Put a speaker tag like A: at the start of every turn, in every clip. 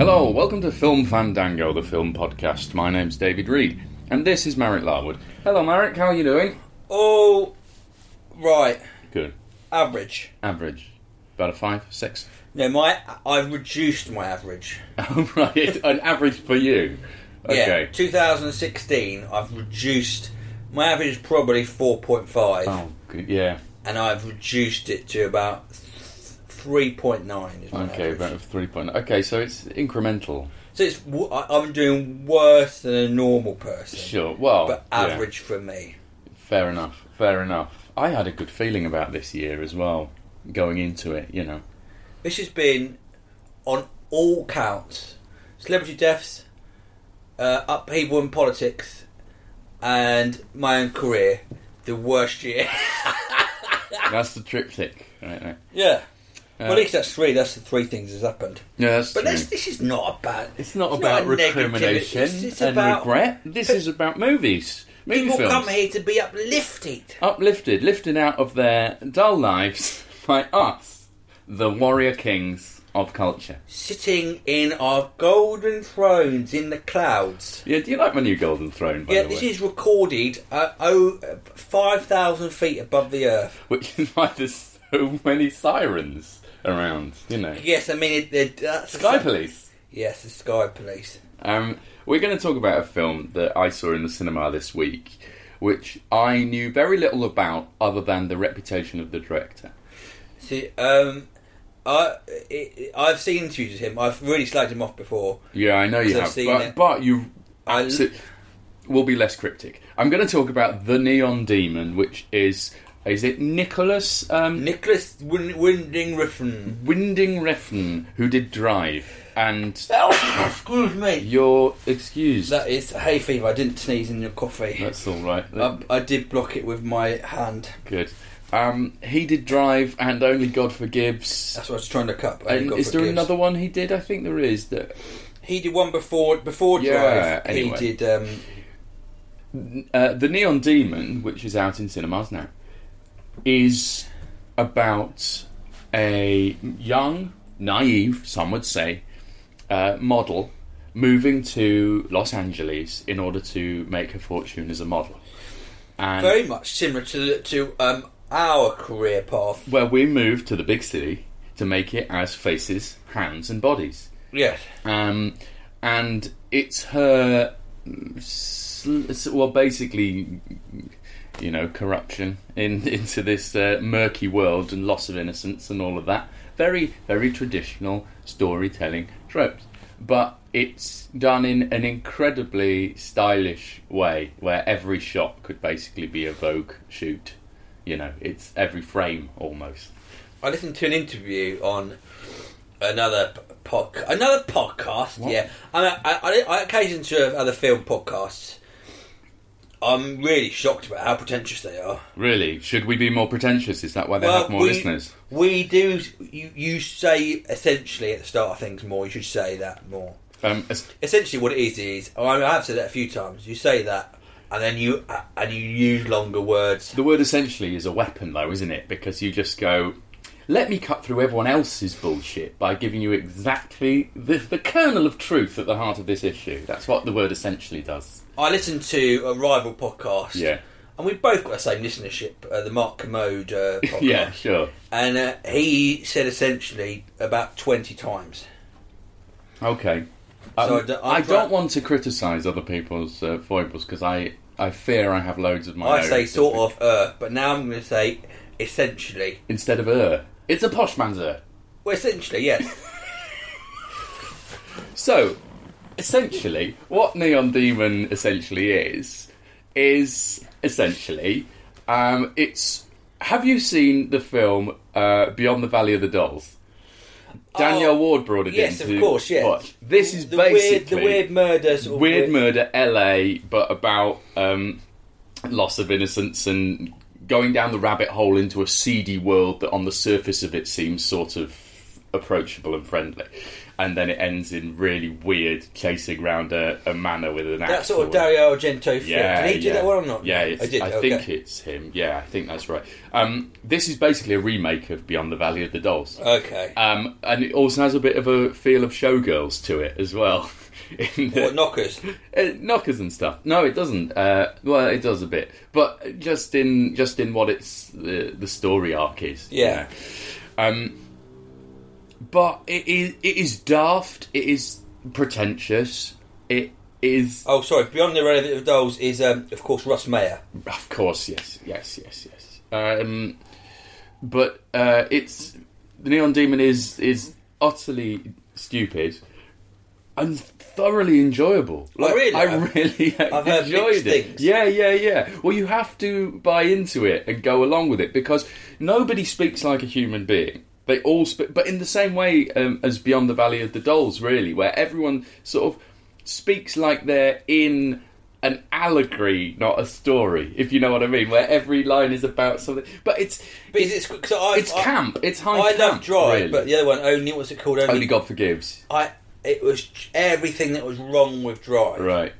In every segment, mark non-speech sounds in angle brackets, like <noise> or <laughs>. A: Hello, welcome to Film Fandango, the film podcast. My name's David Reed, and this is Marek Larwood. Hello, Marek, how are you doing?
B: Oh, right.
A: Good.
B: Average.
A: Average. About a five, six. <laughs>
B: No, my I've reduced my average.
A: Oh, right, an average for you. Okay.
B: Yeah, 2016. I've reduced my average is probably 4.5,
A: Oh, good. Yeah.
B: and I've reduced it to about th- 3.9. Is my
A: Okay,
B: average.
A: about three point. Okay, so it's incremental.
B: So it's w- I- I'm doing worse than a normal person.
A: Sure. Well,
B: but
A: yeah.
B: average for me.
A: Fair enough. Fair enough. I had a good feeling about this year as well, going into it. You know.
B: This has been on all counts: celebrity deaths, uh, upheaval in politics, and my own career. The worst year. <laughs>
A: That's the triptych, right there.
B: Yeah. well, at least that's three. That's the three things that's happened.
A: Yeah, that's
B: But
A: true.
B: this, this is not about.
A: It's not about
B: negativity,
A: recrimination
B: it's- it's
A: and
B: about
A: regret. This is about movies. Movie
B: People
A: films.
B: come here to be uplifted.
A: Uplifted, lifted out of their dull lives <laughs> by us, the warrior kings of culture.
B: Sitting in our golden thrones in the clouds.
A: Yeah, do you like my new golden throne, by
B: yeah,
A: the way?
B: this is recorded at oh, 5,000 feet above the earth.
A: Which is why there's so many sirens around, you know.
B: Yes, I mean, it, it, that's
A: Sky Police.
B: Yes, the Sky Police.
A: Um, we're going to talk about a film that I saw in the cinema this week, which I knew very little about other than the reputation of the director.
B: See, um, I, it, I've seen interviews with him. I've really slagged him off before.
A: Yeah, I know you
B: Because I've
A: have,
B: seen
A: but,
B: it.
A: but you
B: I-
A: absolutely will be less cryptic. I'm going to talk about the Neon Demon, which is is it Nicholas um,
B: Nicholas Win- Winding Refn.
A: Winding Refn who did Drive, and Oh,
B: Excuse me.
A: you're excused.
B: That Um, is hay fever. I didn't sneeze in your coffee.
A: That's all right.
B: I, I did block it with my hand.
A: Good. Um, he did Drive and Only God Forgives.
B: That's what I was trying to cut. I
A: And
B: got
A: is there
B: forgives.
A: another one he did? I think there is. That
B: He did one before before
A: Yeah,
B: Drive.
A: anyway.
B: He did. Um,
A: uh, the Neon Demon, which is out in cinemas now, is about a young, naive, some would say, uh, model moving to Los Angeles in order to make her fortune as a model. And
B: very much similar to to um, our career path.
A: where we move to the big city to make it as faces, hands, and bodies.
B: Yes.
A: um, and it's her sl- s- well basically you know corruption in <laughs> into this uh, murky world and loss of innocence and all of that very very traditional storytelling tropes but it's done in an incredibly stylish way where every shot could basically be a vogue shoot you know it's every frame almost
B: I listened to an interview on another p- podca- another podcast. Yeah, and I, I, I, I occasionally to other film podcasts. I'm really shocked about how pretentious they are.
A: really should we be more pretentious is that why they have more listeners
B: We do. You, you say essentially at the start of things more. You should say that more.
A: um, as-
B: Essentially, what it is is I, mean, I have said that a few times. You say that, and then you and you use longer words.
A: The word essentially is a weapon, though, isn't it? Because you just go, let me cut through everyone else's bullshit by giving you exactly the, the kernel of truth at the heart of this issue. That's what the word essentially does.
B: I listened to a rival podcast.
A: Yeah.
B: and we both got the same listenership, uh, the Mark Commode uh,
A: <laughs>
B: podcast.
A: Yeah, sure.
B: And uh, he said essentially about 20 times.
A: Okay.
B: So
A: Um,
B: I don't- I'm
A: I
B: try-
A: don't want to criticise other people's uh, foibles because I, I fear I have loads of my
B: I
A: own.
B: say sort of, uh, but now I'm going to say essentially.
A: Instead of er. It's a posh man's er.
B: Well,
A: <laughs>
B: essentially, yes.
A: So, essentially, what Neon Demon essentially is, is essentially, um, it's. Have you seen the film uh, Beyond the Valley of the Dolls? Danielle
B: Oh,
A: Ward brought it
B: yes,
A: in.
B: of
A: to
B: course, yes.
A: watch. This is
B: the weird, the
A: basically
B: weird murder sort of
A: weird murder LA, but about um, loss of innocence and going down the rabbit hole into a seedy world that on the surface of it seems sort of approachable and friendly. And then it ends in really weird chasing round a, a manor with an axe.
B: That sort
A: or
B: of Dario Argento film.
A: yeah,
B: Did he do
A: yeah.
B: that one or not?
A: Yeah, it's,
B: I did. okay.
A: think it's him. Yeah, I think that's right. Um, this is basically a remake of Beyond the Valley of the Dolls.
B: Okay.
A: Um, and it also has a bit of a feel of Showgirls to it as well. <laughs> In that- <laughs>
B: what knockers?
A: uh, knockers and stuff. No, it doesn't. Uh, well, it does a bit, but just in just in what it's the the story arc is. you
B: Yeah.
A: know. Um, but it is it is daft. It is pretentious. It is,
B: Oh, sorry. Beyond the Relevant of Dolls is, um, of course, Russ Mayer.
A: of course, yes, yes, yes, yes. Um, but uh, it's the neon demon is is utterly stupid and thoroughly enjoyable. Like,
B: Oh, really?
A: I <laughs>
B: I've-
A: really
B: I've heard
A: enjoyed
B: mixed
A: it.
B: things.
A: Yeah, yeah, yeah. Well, you have to buy into it and go along with it because nobody speaks like a human being. They all speak, but in the same way um, as Beyond the Valley of the Dolls, really, where everyone sort of speaks like they're in an allegory, not a story, if you know what I mean, where every line is about something. But it's
B: But is it, cause I,
A: it's
B: I-
A: camp. It's high
B: I
A: camp.
B: love Drive,
A: really.
B: but the other one, only, what's it called? Only,
A: only God forgives.
B: I, it was everything that was wrong with Drive
A: Right.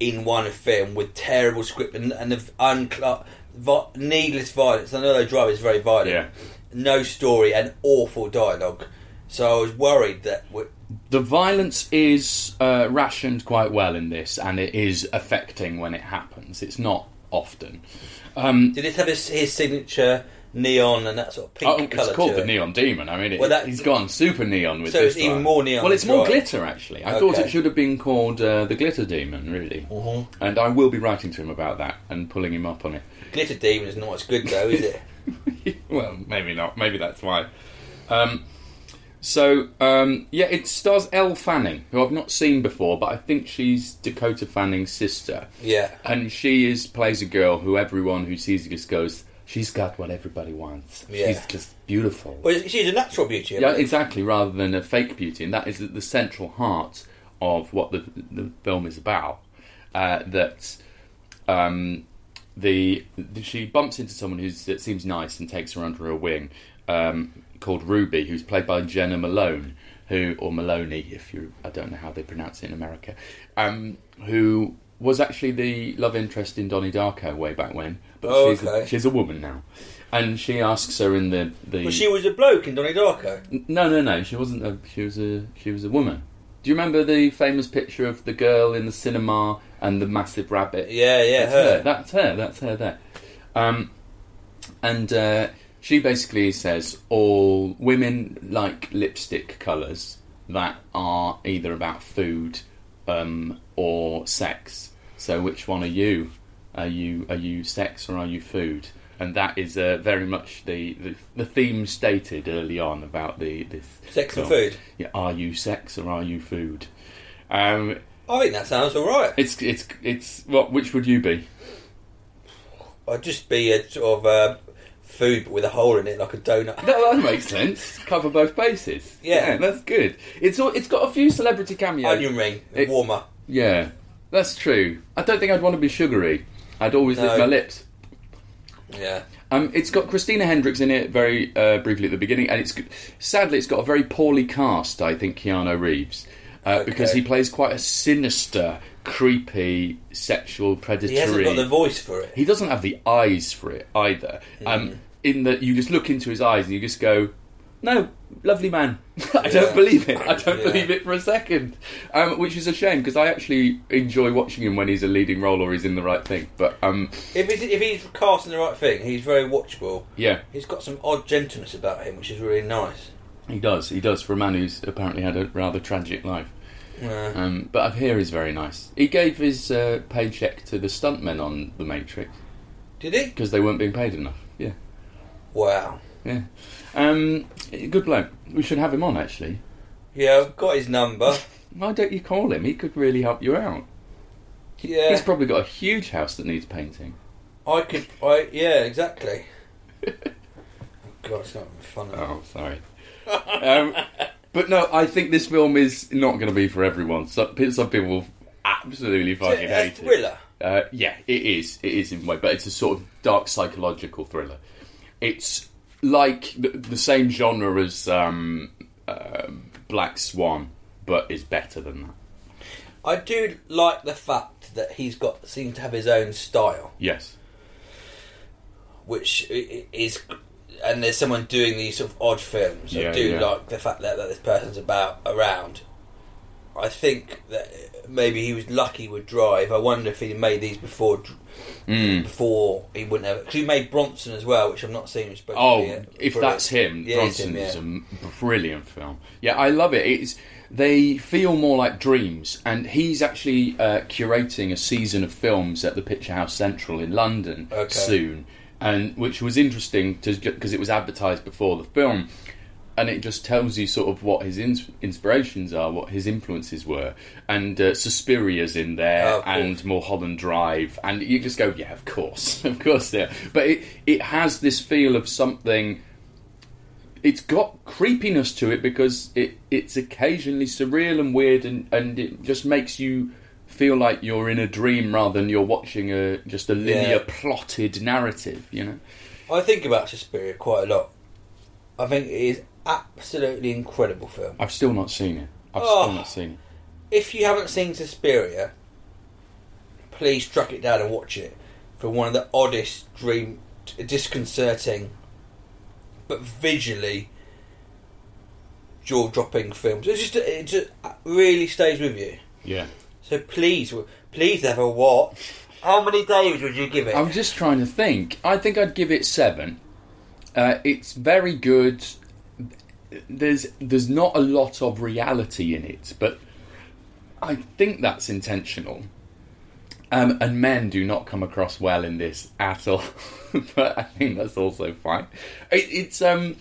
B: in one film with terrible script and, and the uncla- vi- needless violence. I know though Drive is very violent.
A: Yeah.
B: No story and awful dialogue. So I was worried that. we
A: The violence is uh, rationed quite well in this, and it is affecting when it happens. It's not often. Um,
B: Did it have his, his signature neon and that sort of pink
A: oh,
B: colour?
A: it's called
B: to
A: the
B: it?
A: Neon Demon. I mean, it,
B: Well, that-
A: he's gone super neon with
B: So
A: this.
B: it's even
A: one.
B: more neon
A: Well,
B: than
A: it's more
B: Drive.
A: glitter actually. I thought
B: Okay. Mm-hmm.
A: it should have been called uh, the Glitter Demon, really. And I will be writing to him about that and pulling him up on it.
B: Glitter Demon is not as good though, is
A: <laughs>
B: it?
A: well, maybe not. Maybe that's why. Um, so um, yeah, it stars Elle Fanning, who I've not seen before, but I think she's Dakota Fanning's sister.
B: Yeah.
A: and she is plays a girl who everyone who sees this goes, she's got what everybody wants.
B: Yeah.
A: She's just beautiful.
B: Well, she's a natural beauty.
A: Yeah,
B: Yeah,
A: exactly. Rather than a fake beauty, and that is the central heart of what the the film is about. Uh, that um, the she bumps into someone who seems nice and takes her under her wing, um, called Ruby, who's played by Jenna Malone, who or Maloney, if you I don't know how they pronounce it in America, um, who was actually the love interest in Donnie Darko way back when, but
B: Oh,
A: she's,
B: okay.
A: a, she's a woman now. And she asks her in the, the
B: well, she was a bloke in Donnie Darko.
A: no, no, no. She wasn't. A, she was a. She was a woman. Do you remember the famous picture of the girl in the cinema and the massive rabbit?
B: Yeah, yeah,
A: that's her.
B: her.
A: That's her. That's her there. Um, and uh, she basically says all women like lipstick colours that are either about food um, or sex. So which one are you? Are you are you sex or are you food? And that is uh, very much the, the the theme stated early on about the this
B: Sex and
A: film.
B: food.
A: Yeah, are you sex or are you food? Um,
B: I think that sounds all right.
A: it's it's it's what? Which would you be?
B: I'd just be a sort of uh, food but with a hole in it, like a donut.
A: <laughs> That, that makes sense. Cover both bases.
B: Yeah.
A: that's good. It's all, it's got a few celebrity cameos.
B: Onion ring,
A: It-
B: warmer.
A: Yeah, that's true. I don't think I'd want to be sugary. I'd always lick
B: No.
A: my lips.
B: Yeah.
A: Um, it's got Christina Hendricks in it very uh, briefly at the beginning, and it's sadly it's got a very poorly cast. I think Keanu Reeves uh, because
B: Okay.
A: he plays quite a sinister, creepy, sexual predatory.
B: He hasn't got the voice for it.
A: he doesn't have the eyes for it either. Um, in that you just look into his eyes and you just go, No, lovely man. <laughs> I don't
B: Yeah.
A: believe it. I don't
B: Yeah.
A: believe it for a second. Um, which is a shame because I actually enjoy watching him when he's a leading role or he's in the right thing. But um,
B: If he's, if he's casting the right thing, he's very watchable.
A: yeah,
B: He's got some odd gentleness about him, which is really nice.
A: he does. He does for a man who's apparently had a rather tragic life.
B: Yeah.
A: Um, but up here he's very nice. He gave his uh, paycheck to the stuntmen on The Matrix
B: Did he?
A: because they weren't being paid enough. Yeah,
B: Wow.
A: yeah. Um, good bloke. We should have him on actually.
B: Yeah, I've got
A: <laughs>
B: his number.
A: Why don't you call him? He could really help you out.
B: Yeah,
A: He's probably got a huge house that needs painting.
B: I could. I
A: <laughs>
B: yeah, exactly. oh God, it's not fun. at all.
A: Oh,
B: <laughs>
A: sorry. um, but no, I think this film is not going to be for everyone. Some, pe- some people will absolutely fucking
B: It's a
A: hate it.
B: thriller.
A: Uh, yeah, it is. It is in a way, but it's a sort of dark psychological thriller. It's like the, the same genre as um, uh, Black Swan, but is better than that.
B: I do like the fact that he's got seems to have his own style,
A: Yes.
B: which i- i- is, and there's someone doing these sort of odd films.
A: Yeah,
B: I do
A: yeah.
B: like the fact that, that this person's about around. I think that maybe he was lucky with Drive. I wonder if he made these before. Dr-
A: Hmm.
B: Before he wouldn't have, because he made Bronson as well, which I've not seen. which is supposed to
A: Oh,
B: be, uh,
A: if
B: brilliant.
A: that's him,
B: Yeah, it's him,
A: Bronson is
B: yeah.
A: a brilliant film. Yeah, I love it. It's they feel more like dreams, and he's actually uh, curating a season of films at the Picture House Central in London
B: Okay.
A: soon, and which was interesting because it was advertised before the film. And it just tells you sort of what his ins- inspirations are, what his influences were, and uh, Suspiria's in there,
B: Oh, of course.
A: Uh, and Mulholland Drive, and you just go, yeah, of course, <laughs> of course, yeah. But it it has this feel of something. It's got creepiness to it because it it's occasionally surreal and weird, and and it just makes you feel like you're in a dream rather than you're watching a just a linear
B: Yeah.
A: plotted narrative, you know.
B: I think about Suspiria quite a lot. I think it is absolutely incredible film.
A: I've still not seen it. I've
B: Oh.
A: still not seen it.
B: If you haven't seen Suspiria, please track it down and watch it for one of the oddest, dream, disconcerting, but visually jaw-dropping films. It just it just uh, really stays with you.
A: Yeah.
B: So please, please have a watch. How many days would you give it?
A: I'm just trying to think. I think I'd give it seven. Uh, it's very good. There's there's not a lot of reality in it, but I think that's intentional. Um, and men do not come across well in this at all, <laughs> but I think that's also fine. It, it's um,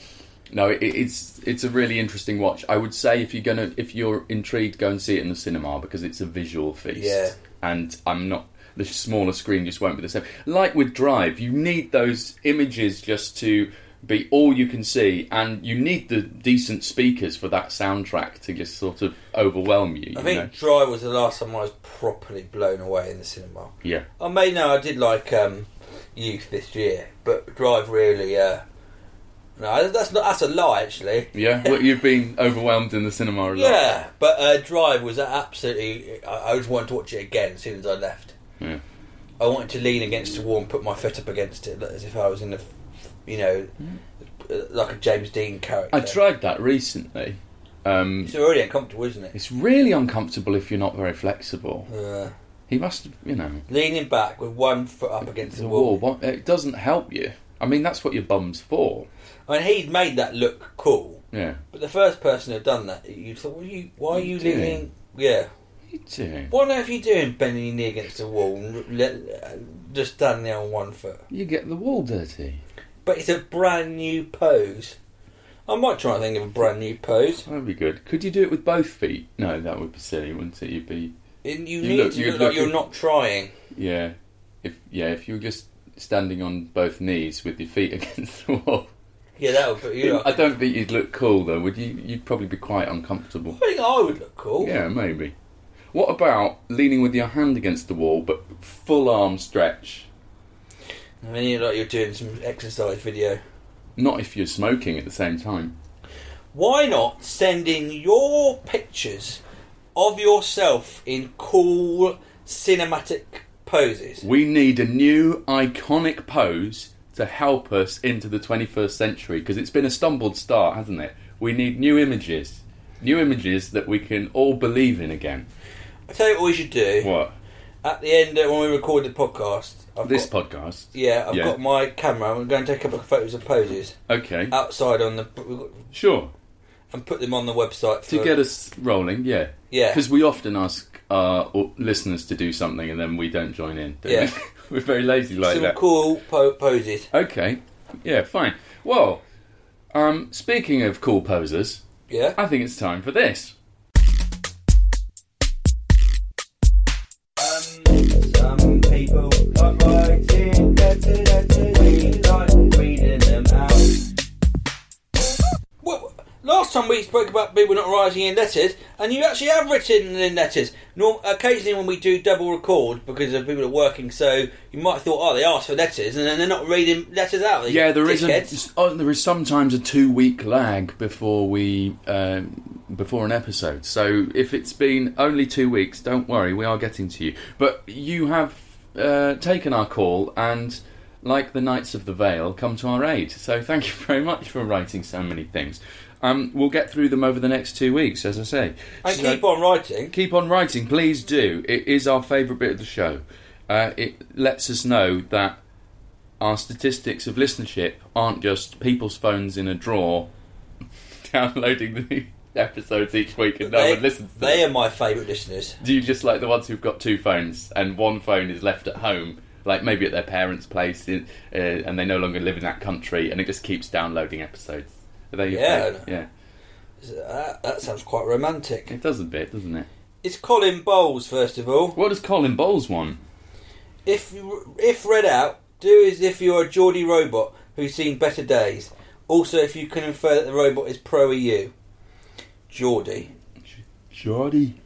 A: no, it, it's it's a really interesting watch. I would say if you're gonna if you're intrigued, go and see it in the cinema because it's a visual feast
B: Yeah.
A: and I'm not. The smaller screen just won't be the same. Like with Drive, you need those images just to be all you can see, and you need the decent speakers for that soundtrack to just sort of overwhelm you.
B: I
A: you
B: think
A: know?
B: Dry was the last time I was properly blown away in the cinema.
A: Yeah.
B: I may know I did like um, Youth this year, but Drive really. Uh, no, that's not. That's a lie, actually.
A: Yeah, well, you've been <laughs> overwhelmed in the cinema a lot.
B: Yeah, but uh, Drive was absolutely. I, I just wanted to watch it again as soon as I left.
A: Yeah.
B: I wanted to lean against the wall and put my foot up against it, as if I was in a, you know, uh, like a James Dean character.
A: I tried that recently. Um,
B: It's already uncomfortable, isn't it?
A: it's really uncomfortable if you're not very flexible.
B: Uh,
A: He must, have, you know,
B: leaning back with one foot up against
A: the
B: the
A: wall.
B: wall.
A: What, it doesn't help you. I mean, that's what your bum's for.
B: I mean, he'd made that look cool.
A: Yeah.
B: But the first person who'd done that, you thought, well, you, why are you
A: Doing.
B: leaning?
A: What
B: Yeah.
A: are you doing?
B: What on earth are you doing, bending your knee against the wall, and le- uh, just standing there on one foot?
A: You get the wall dirty.
B: But it's a brand new pose. I might try and think of a brand new pose.
A: That'd be good. Could you do it with both feet? No, that would be silly, wouldn't it? You'd be
B: And you,
A: You
B: need
A: look-
B: to
A: you
B: look,
A: look-
B: like you're not trying.
A: yeah. If yeah, if you were just standing on both knees with your feet <laughs> against the wall.
B: Yeah, that would put you
A: I
B: up.
A: don't think you'd look cool though, would you? You'd probably be quite uncomfortable.
B: I think I would look cool.
A: Yeah, maybe. What about leaning with your hand against the wall but full arm stretch?
B: I mean, you look like you're doing some exercise video.
A: Not if you're smoking at the same time.
B: Why not send in your pictures of yourself in cool cinematic poses?
A: We need a new iconic pose to help us into the 21st century because it's been a stumbled start, hasn't it? We need new images, new images that we can all believe in again.
B: I tell you what we should do.
A: What
B: At the end, uh, when we record the podcast, I've
A: this
B: got,
A: podcast?
B: yeah, I've
A: Yeah.
B: got my Uh, camera. I'm going to take a couple of photos of poses
A: Okay,
B: outside on the
A: sure.
B: and put them on the website for,
A: To get us rolling, yeah,
B: Yeah.
A: Because we often ask our au- listeners to do something and then we don't join in. do <laughs>
B: Yeah.
A: we? are very lazy like
B: some
A: that.
B: cool po- poses.
A: Okay, yeah, fine. Well, um, speaking of cool posers,
B: Yeah.
A: I think it's time for this.
B: Some people like writing letters, letters. We like reading them out. Well, last time we spoke about people not writing in letters, and you actually have written in letters. Norm- occasionally, when we do double record because of people are working, so you might have thought, oh, they asked for letters, and then they're not reading letters out. they
A: Yeah, there is
B: dickheads.
A: a, oh, there is sometimes a two week lag before we um, before an episode. So if it's been only two weeks, don't worry, we are getting to you. But you have uh, taken our call and, like the Knights of the Vale, come to our aid. So thank you <laughs> very much for writing so many things. Um, we'll get through them over the next two weeks, as I say.
B: And
A: So-
B: keep on writing.
A: keep on writing, please do. It is our favourite bit of the show. Uh, it lets us know that our statistics of listenership aren't just people's phones in a drawer <laughs> downloading the episodes each week and no
B: they,
A: one listens to
B: they
A: them.
B: are my favourite listeners.
A: Do you just like the ones who've got two phones and one phone is left at home? Like maybe at their parents' place, in, uh, and they no longer live in that country, and it just keeps downloading episodes. Are they your
B: Yeah.
A: favourite? yeah.
B: That, that sounds quite romantic.
A: It does a bit, doesn't it?
B: It's Colin Bowles, first of all.
A: What does Colin Bowles want?
B: If you- if read out, do as if you're a Geordie robot who's seen better days. Also, if you can infer that the robot is pro EU, Geordie.
A: Geordie.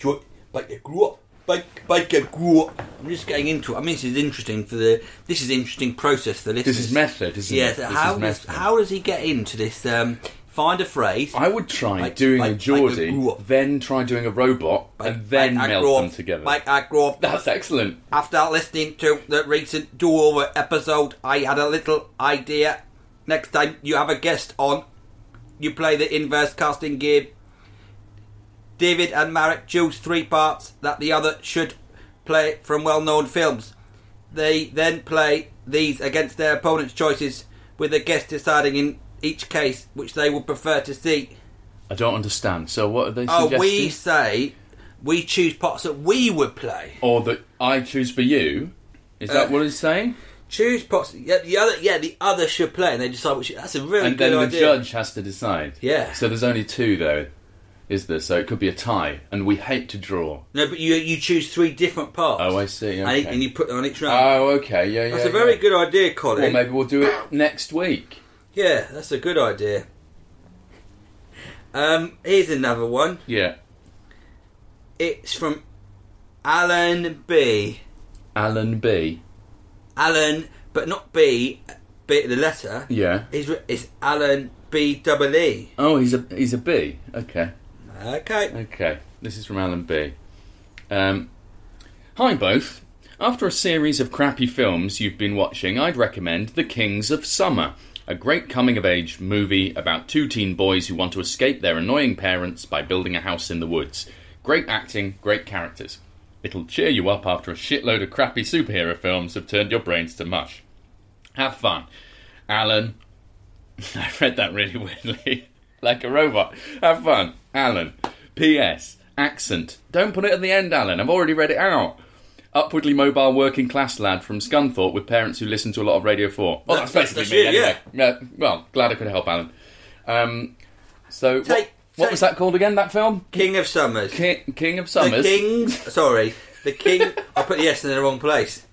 B: Geor- but you grew up. But, but you grew up. I'm just getting into it. I mean, this is interesting for the. This is interesting process for listeners.
A: This is method, isn't
B: Yeah.
A: it?
B: so
A: This
B: how
A: is
B: does
A: method.
B: how does he get into this? Um, find a phrase.
A: I would try
B: Like-
A: doing
B: like-
A: a
B: like
A: Geordie,
B: a gruel.
A: then try doing a robot, and then
B: Like, I grew
A: melt
B: up-
A: them together.
B: Like I grew up.
A: That's excellent.
B: After listening to the recent do over episode, I had a little idea. Next time you have a guest on, you play the inverse casting game. David and Marek choose three parts that the other should play from well known films. They then play these against their opponent's choices, with the guest deciding in each case which they would prefer to see.
A: I don't understand. So what are they
B: Oh,
A: suggesting?
B: we say we choose parts that we would play.
A: Or that I choose for you? Is that
B: Uh,
A: what it's
B: <laughs>
A: saying?
B: choose pots. Yeah, the other, yeah, the other should play, and they decide which. That's a really
A: And
B: good
A: then the
B: idea.
A: judge has to decide.
B: Yeah.
A: So there's only two though, is there? So it could be a tie, and we hate to draw.
B: No, but you you choose three different parts.
A: Oh, I see,
B: And,
A: okay.
B: and you put them on each round.
A: Oh, okay, yeah, yeah.
B: Uh, that's a very
A: yeah.
B: good idea, Colin.
A: Or maybe we'll do it next week.
B: Yeah, that's a good idea. Um, here's another one.
A: Yeah.
B: It's from Alan B.
A: Alan B.
B: Alan, but not B. B the letter.
A: Yeah.
B: It's, re- it's Alan B. Double E.
A: Oh, he's a he's a B. Okay.
B: Okay.
A: Okay, this is from Alan B. Um, Hi, both. After a series of crappy films you've been watching, I'd recommend The Kings of Summer, a great coming of age movie about two teen boys who want to escape their annoying parents by building a house in the woods. Great acting, great characters. It'll cheer you up after a shitload of crappy superhero films have turned your brains to mush. Have fun. Alan. <laughs> I read that really weirdly. <laughs> like a robot. Have fun. Alan. P.S. Accent. Don't put it at the end, Alan. I've already read it out. Upwardly mobile working class lad from Scunthorpe with parents who listen to a lot of Radio 4. Well, that's,
B: That- that's-
A: basically
B: that's
A: me,
B: you,
A: anyway. Yeah, well, glad I could help, Alan. Um, so, what,
B: Take-
A: what
B: take-
A: was that called again, that film?
B: King of Summers.
A: King, King of Summers.
B: The Kings. Sorry, the King. I put the S in the wrong
A: <laughs>
B: place.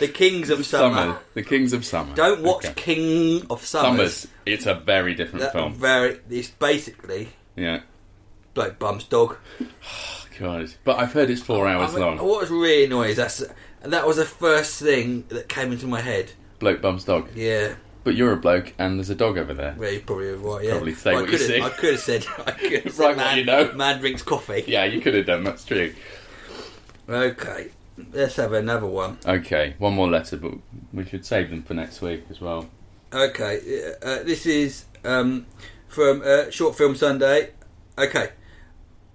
B: the Kings of Summer.
A: Summer. The Kings of Summer.
B: Don't watch
A: Okay.
B: King of Summers.
A: Summers. It's a very different
B: That
A: film.
B: very. It's basically
A: yeah.
B: bloke bums dog.
A: God. But I've heard it's four hours
B: I mean,
A: long.
B: What was really annoying is that's that was the first thing that came into my head.
A: Bloke bums dog.
B: Yeah.
A: But you're a bloke and there's a dog over there.
B: Well, you probably were right. Yeah.
A: Probably say
B: Well, I
A: what you
B: could
A: see.
B: have, I could have said. I could
A: <laughs>
B: have said
A: Right, what
B: man,
A: you know.
B: man drinks coffee.
A: Yeah, you could have done, that's true.
B: Okay. Let's have another one.
A: Okay, one more letter, but we should save them for next week as well.
B: Okay, uh, this is um, from uh, Short Film Sunday. Okay.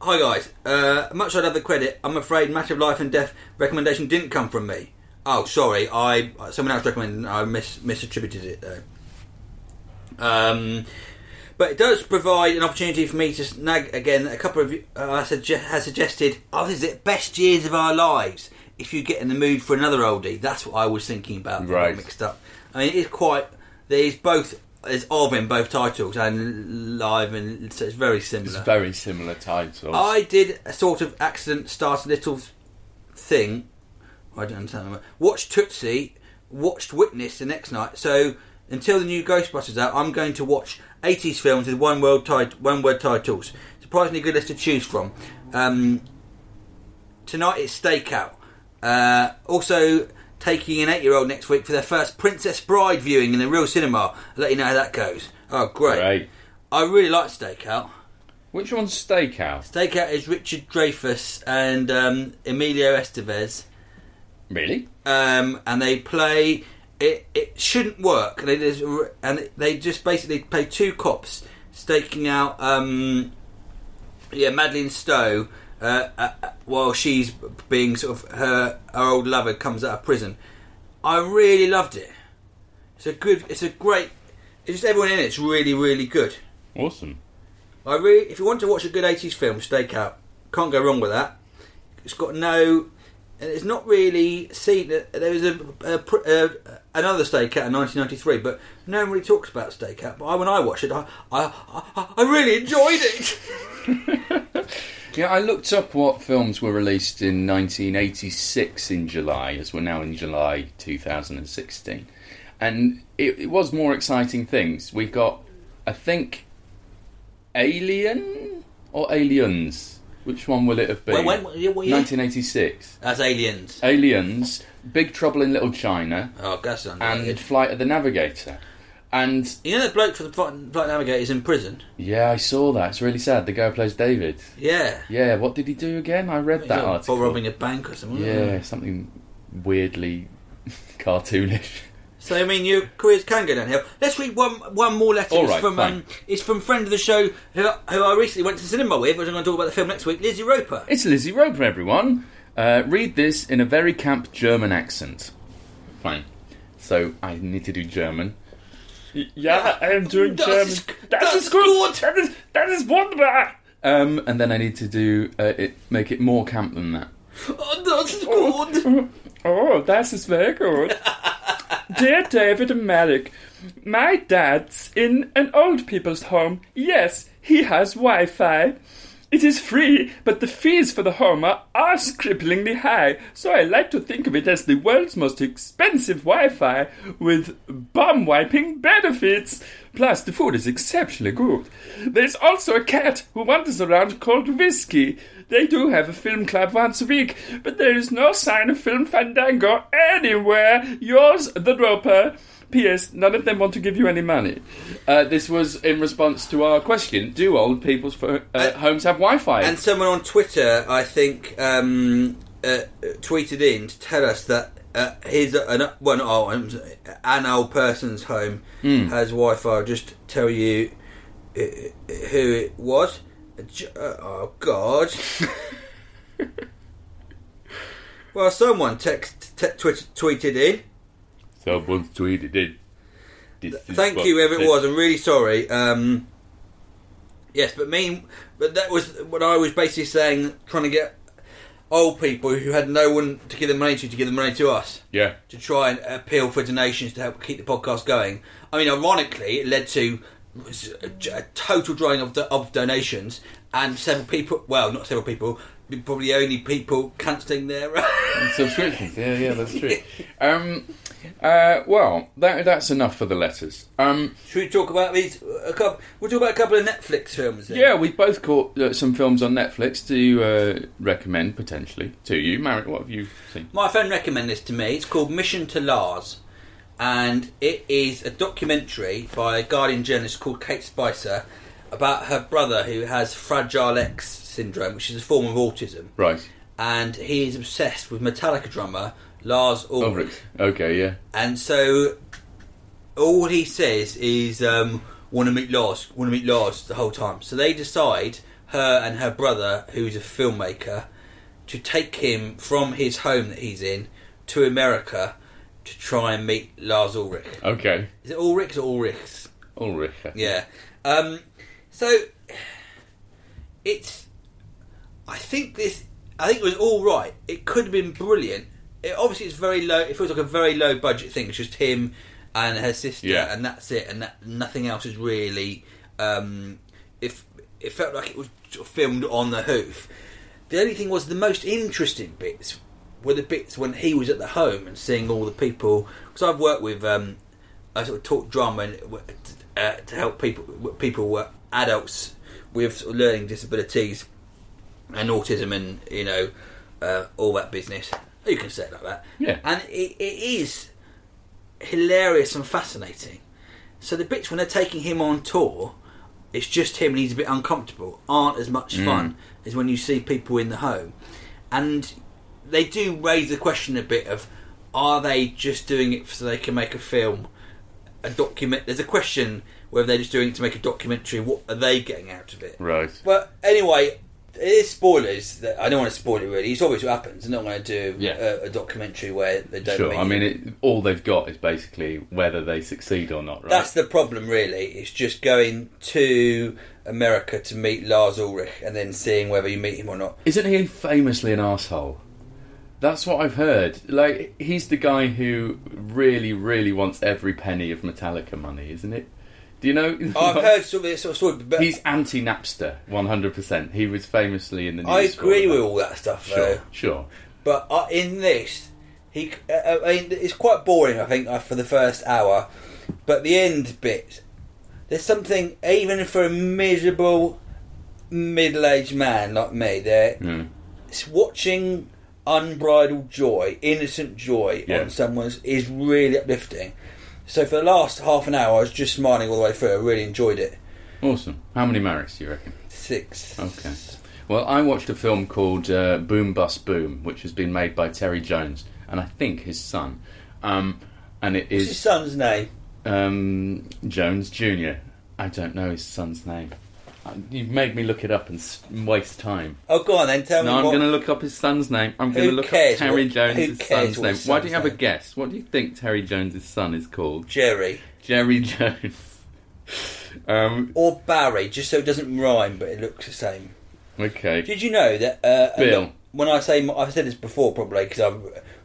B: Hi guys, uh, much I'd have the credit. I'm afraid Matter of Life and Death recommendation didn't come from me. Oh, sorry, I someone else recommended. I mis- misattributed it though. Um, but it does provide an opportunity for me to snag again a couple of you uh, sugge- has suggested. Oh, this is it. Best years of our lives. If you get in the mood for another oldie, that's what I was thinking about. I got
A: Right.
B: mixed up. I mean, it's quite. There's both. There's of in both titles and live, and so it's very similar.
A: It's very similar titles.
B: I did a sort of accident start a little thing. I don't understand. that. Watched Tootsie, watched Witness the next night. So until the new Ghostbusters out, I'm going to watch 80s films with one word tit- one word titles. Surprisingly good list to choose from. Um, tonight it's Stakeout. Uh, also taking an eight-year-old next week for their first Princess Bride viewing in the real cinema. I'll let you know how that goes. Oh, great!
A: Great.
B: I really like Stakeout.
A: Which one's Steakhouse?
B: Stakeout is Richard Dreyfuss and um, Emilio Estevez,
A: Really?
B: um, and they play. It, it shouldn't work. They just, and they just basically play two cops staking out. Um, yeah, Madeline Stowe, uh, uh, uh, while she's being sort of her her old lover comes out of prison. I really loved it. It's a good. It's a great. It's just everyone in it's really really good.
A: Awesome.
B: I really, if you want to watch a good eighties film, Stakeout. Can't go wrong with that. It's got no, and it's not really seen. uh, There was a, a, pr- uh another Stakeout in nineteen ninety three, but no one really talks about Stakeout. But I, when I watched it, I, I, I, I really enjoyed
A: <laughs>
B: it.
A: Yeah, I looked up what films were released in 1986 in July, as we're now in July 2016. And it, it was more exciting things. We got, I think, Alien or Aliens? Which one will it have been?
B: When- when- what year?
A: 1986.
B: That's Aliens.
A: Aliens, Big Trouble in Little China,
B: Oh, that's
A: and
B: underrated.
A: Flight of the Navigator. And
B: you know that bloke for the Flight Flight Navigator is in prison.
A: yeah, I saw that. It's really sad. The guy who plays David.
B: Yeah,
A: Yeah, what did he do again? I read that article.
B: for robbing a bank or something. wasn't
A: Yeah,
B: it?
A: something weirdly <laughs> cartoonish.
B: So I mean, your careers can go downhill. Let's read one one more letter.
A: All
B: it's
A: right,
B: from um, it's from friend of the show who, who I recently went to the cinema with, which I'm going to talk about the film next week.
A: <laughs>
B: Lizzie Roper.
A: It's Lizzie Roper, everyone. Uh, read this in a very camp German accent. Fine. So I need to do German. Yeah, I am doing
B: Das German. ist- Das das ist gut. ist gut.
A: That is that is wunderbar. Um, and then I need to do uh, it, make it more camp than that.
B: Oh, das <laughs> ist gut.
A: Oh, that is very good. Dear David and Malik, my dad's in an old people's home. Yes, he has Wi Fi. It is free, but the fees for the home are, are cripplingly high, so I like to think of it as the world's most expensive Wi Fi with bum wiping benefits. Plus, the food is exceptionally good. There's also a cat who wanders around called Whiskey. They do have a film club once a week, but there is no sign of Film Fandango anywhere. Yours, The Roper. P.S. None of them want to give you any money. Uh, this was in response to our question: Do old people's pho- uh, homes have Wi-Fi?
B: And someone on Twitter, I think, um, uh, tweeted in to tell us that uh, his an, well, not our homes, an old person's home has Wi-Fi. I'll just tell you uh, who it was. J- uh, Oh God. well, someone text, te- twit- tweeted in.
A: Someone tweeted it.
B: Thank you, whoever it was. I'm really sorry. Um, yes, but mean, but that was what I was basically saying, trying to get old people who had no one to give them money to to give them money to us
A: Yeah,
B: to try and appeal for donations to help keep the podcast going. I mean, ironically, it led to a total drying of, do- of donations and several people. Well, not several people. Probably only people cancelling their. <laughs>
A: subscriptions. Yeah, yeah, that's true. um, uh, well, that, that's enough for the letters. Um,
B: Should we talk about these? A couple, we'll talk about a couple of Netflix films. Then.
A: yeah, we've both caught uh, some films on Netflix to uh, recommend potentially to you. Marriott, what have you seen?
B: My friend recommended this to me. It's called Mission to Lars, and it is a documentary by a Guardian journalist called Kate Spicer about her brother who has Fragile X syndrome, which is a form of autism.
A: Right.
B: and he is obsessed with Metallica drummer Lars Ulrich.
A: Ulrich. Okay, yeah.
B: And so all he says is, um, want to meet Lars, want to meet Lars the whole time. So they decide, her and her brother, who's a filmmaker, to take him from his home that he's in to America to try and meet Lars Ulrich.
A: Okay.
B: Is it Ulrichs or Ulrichs?
A: Ulrich. I think.
B: Yeah. Um, so it's. I think this. I think it was all right. It could have been brilliant. It obviously it's very low. It feels like a very low budget thing. It's just him and her sister,
A: Yeah.
B: and that's it. And that nothing else is really. Um, if it felt like it was sort of filmed on the hoof. The only thing was the most interesting bits were the bits when he was at the home and seeing all the people. Because I've worked with um, I sort of taught drama and, uh, to help people people uh, adults with sort of learning disabilities and autism and you know uh, all that business. You can say it like that.
A: Yeah.
B: And it, it is hilarious and fascinating. So the bits when they're taking him on tour, it's just him and he's a bit uncomfortable. Aren't as much
A: Mm.
B: fun as when you see people in the home, and they do raise the question a bit of, are they just doing it so they can make a film? a document. There's a question whether they're just doing it to make a documentary. What are they getting out of it?
A: Right.
B: Well, anyway, it is spoilers. that- I don't want to spoil it really. It's obvious what happens. I'm not going to do
A: Yeah.
B: a, a documentary where they don't.
A: Sure.
B: make
A: I mean,
B: it.
A: it, all they've got is basically whether they succeed or not, right?
B: that's the problem. Really, it's just going to America to meet Lars Ulrich and then seeing whether you meet him or not.
A: Isn't he famously an asshole? That's what I've heard. Like he's the guy who really, really wants every penny of Metallica money, isn't it? Do you know?
B: Oh, I've heard sort of this sort of story,
A: <laughs>
B: but
A: He's anti Napster, one hundred percent. He was famously in the news.
B: I
A: for
B: agree
A: all that.
B: with all that stuff.
A: Sure,
B: Though.
A: sure.
B: But uh, in this, he, uh, I mean, it's quite boring. I think uh, for the first hour, but the end bit, there's something even for a miserable middle-aged man like me. There,
A: Hmm.
B: it's watching unbridled joy, innocent joy
A: Yeah.
B: on someone's is really uplifting. So for the last half an hour, I was just smiling all the way through. I really enjoyed it.
A: Awesome. How many marries do you reckon?
B: Six.
A: Okay. Well, I watched a film called uh, Boom Bust Boom, which has been made by Terry Jones and I think his son. Um, and it
B: What's his
A: is
B: son's name?
A: um, Jones Jr. I don't know his son's name. Uh, You've made me look it up and s- waste time.
B: Oh, go on then. Tell
A: No,
B: me
A: I'm
B: what.
A: going to look up his son's name. I'm going to
B: Who
A: look up
B: cares
A: Terry
B: what- who
A: Jones'
B: cares
A: son's
B: what
A: name.
B: his
A: Why
B: son's
A: do you have a
B: name?
A: guess? What do you think Terry Jones' son is called?
B: Jerry
A: Jerry <laughs> Jones. um,
B: or Barry, just so it doesn't rhyme, but it looks the same.
A: okay.
B: Did you know that? Uh, a
A: Bill.
B: lot- when I say I've said this before, probably because I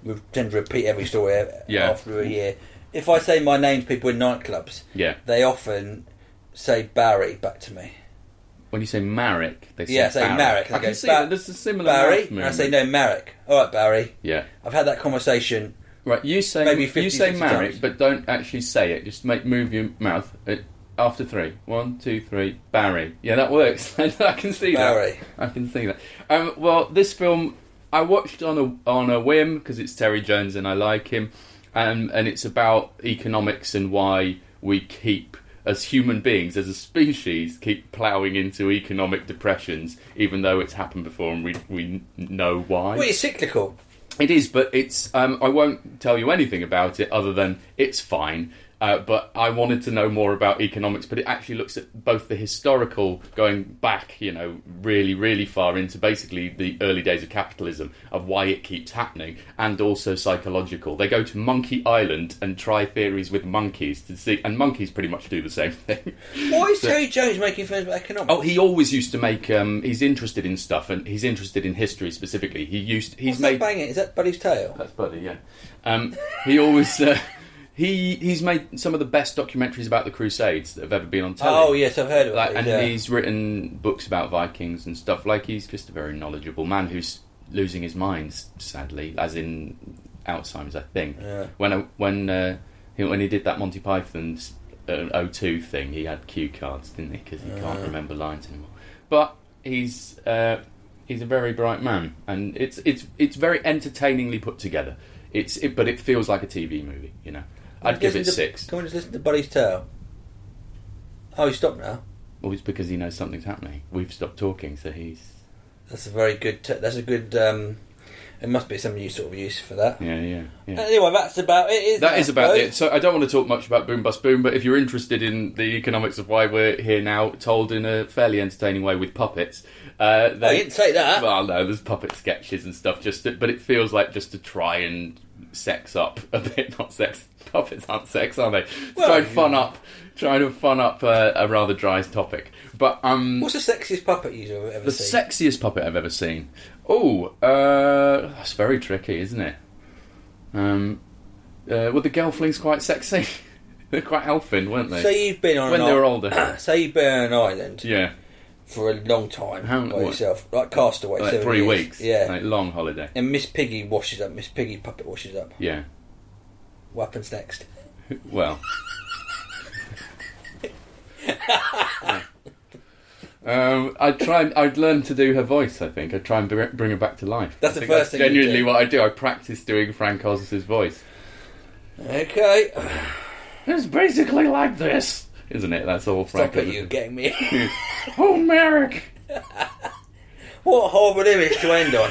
B: we tend to repeat every story e,
A: Yeah.
B: after a year. If I say my name to people in nightclubs,
A: Yeah.
B: they often say Barry back to me.
A: When you say Marek, they say
B: yeah, I say
A: Barry.
B: Marek.
A: I
B: and I
A: can
B: go,
A: see
B: "Ba-
A: that there's a similar
B: Barry,
A: mouth
B: and I say
A: movement.
B: no, Marek. All right, Barry.
A: Yeah.
B: I've had that conversation.
A: Right, you say
B: Maybe
A: you
B: 50,
A: say
B: 60
A: Marek,
B: times.
A: but don't actually say it. Just make move your mouth uh, after three. One, two, three. Barry. Yeah, that works. <laughs> I can see
B: Barry.
A: that. I can see that. Um, well, this film I watched on a on a whim because it's Terry Jones and I like him, um, and it's about economics and why we keep. As human beings, as a species, keep ploughing into economic depressions, even though it's happened before and we, we know why.
B: Well, it's cyclical.
A: It is, but it's. Um, I won't tell you anything about it other than it's fine. Uh, but I wanted to know more about economics, but it actually looks at both the historical, going back, you know, really, really far into basically the early days of capitalism, of why it keeps happening, and also psychological. They go to Monkey Island and try theories with monkeys to see, and monkeys pretty much do the same <laughs> thing.
B: Why is Terry Jones making films about economics?
A: Oh, he always used to make. Um, he's interested in stuff, and he's interested in history specifically. He used. He's
B: What's
A: made.
B: that banging? Is that Buddy's tail?
A: That's Buddy, yeah. Um, he always uh, he he's made some of the best documentaries about the Crusades that have ever been on telly.
B: Oh yes, I've heard of
A: like,
B: it.
A: and
B: yeah.
A: he's written books about Vikings and stuff. Like he's just a very knowledgeable man who's losing his mind, sadly, as in Alzheimer's, I think.
B: Yeah.
A: When I, when uh, he, when he did that Monty Python's uh, 02 thing, he had cue cards, didn't he? Because he can't remember lines anymore. But he's uh, he's a very bright man, and it's it's it's very entertainingly put together. It's it, but it feels like a TV movie, you know. I'd give
B: Listen
A: it
B: to-
A: six.
B: Can we just listen to Buddy's tail? Oh, he stopped now.
A: Well, it's because he knows something's happening. We've stopped talking, so he's
B: That's a very good. T- that's a good. Um, it must be some you sort of use for that.
A: Yeah, yeah, yeah.
B: Anyway, that's about it. Isn't
A: That
B: it,
A: is about
B: I
A: it. So I don't want to talk much about Boom Bust Boom, but if you're interested in the economics of why we're here now, told in a fairly entertaining way with puppets, uh,
B: suppose? I
A: they,
B: Oh, didn't say that.
A: well, no, there's puppet sketches and stuff. Just, to, but it feels like just to try and sex up a bit. Not sex. Puppets aren't sex, are they?
B: Well,
A: try and fun up, trying to fun up uh, a rather dry topic. But um,
B: What's the sexiest puppet you've ever
A: the
B: seen?
A: sexiest puppet I've ever seen. Oh, uh, that's very tricky, isn't it? Um, uh, well, the Gelflings quite sexy. <laughs> They're quite elfin, weren't they?
B: so you've been on
A: when
B: an
A: they were
B: i- <coughs>
A: older.
B: so you've been on an island
A: yeah,
B: for a long time
A: How-
B: by
A: what?
B: yourself, like Castaway,
A: like
B: seven
A: three
B: years.
A: weeks.
B: Yeah,
A: like long holiday.
B: and Miss Piggy washes up. Miss Piggy puppet washes up.
A: Yeah.
B: What happens next? <laughs>
A: Well. Um, I try. I'd learn to do her voice. I think I would try and br- bring her back to life.
B: That's
A: I
B: the
A: think
B: first thing you
A: Genuinely,
B: do.
A: what I do, I practice doing Frank Oz's voice.
B: Okay,
A: It's basically like this, isn't it? That's all Frank.
B: stop it.
A: Oz
B: You're
A: is.
B: getting me. <laughs>
A: Oh, Homeric.
B: what a horrible image to
A: <laughs>
B: end on.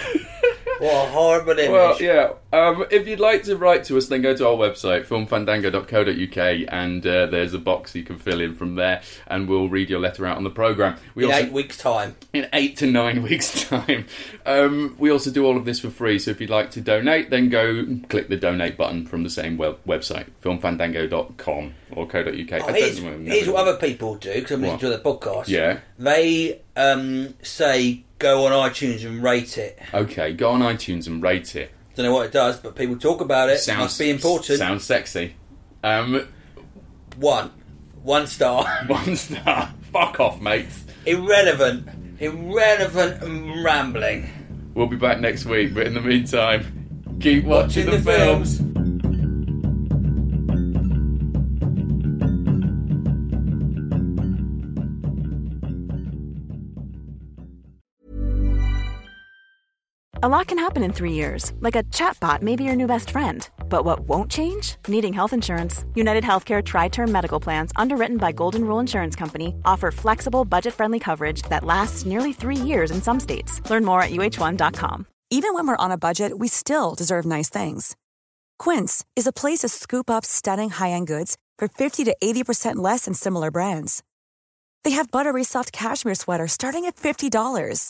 B: what a horrible image.
A: Well, yeah. Um, if you'd like to write to us, then go to our website, filmfandango.co.uk, and uh, there's a box you can fill in from there, and we'll read your letter out on the programme. We
B: In
A: also
B: eight weeks' time.
A: in eight to nine <laughs> weeks' time. Um, we also do all of this for free, so if you'd like to donate, then go click the donate button from the same web- website, filmfandango.com or co.uk. I
B: Oh,
A: don't
B: here's,
A: remember.
B: here's what other people do because I'm listening to
A: What?
B: the podcast.
A: Yeah.
B: they um, say go on iTunes and rate it.
A: Okay, go on iTunes and rate it.
B: Don't know what it does, but people talk about it.
A: Sounds
B: Must be important.
A: Sounds sexy. Um, <laughs>
B: One, one star. <laughs>
A: one star. Fuck off, mates.
B: irrelevant, irrelevant and rambling.
A: We'll be back next week, but in the meantime, keep watching, the, films.
C: A lot can happen in three years, like a chatbot may be your new best friend. But what won't change? Needing health insurance. United Healthcare Tri Term Medical Plans, underwritten by Golden Rule Insurance Company, offer flexible, budget friendly coverage that lasts nearly three years in some states. Learn more at uh1.com.
D: Even when we're on a budget, we still deserve nice things. Quince is a place to scoop up stunning high-end goods for 50 to 80% less than similar brands. They have buttery soft cashmere sweaters starting at $50,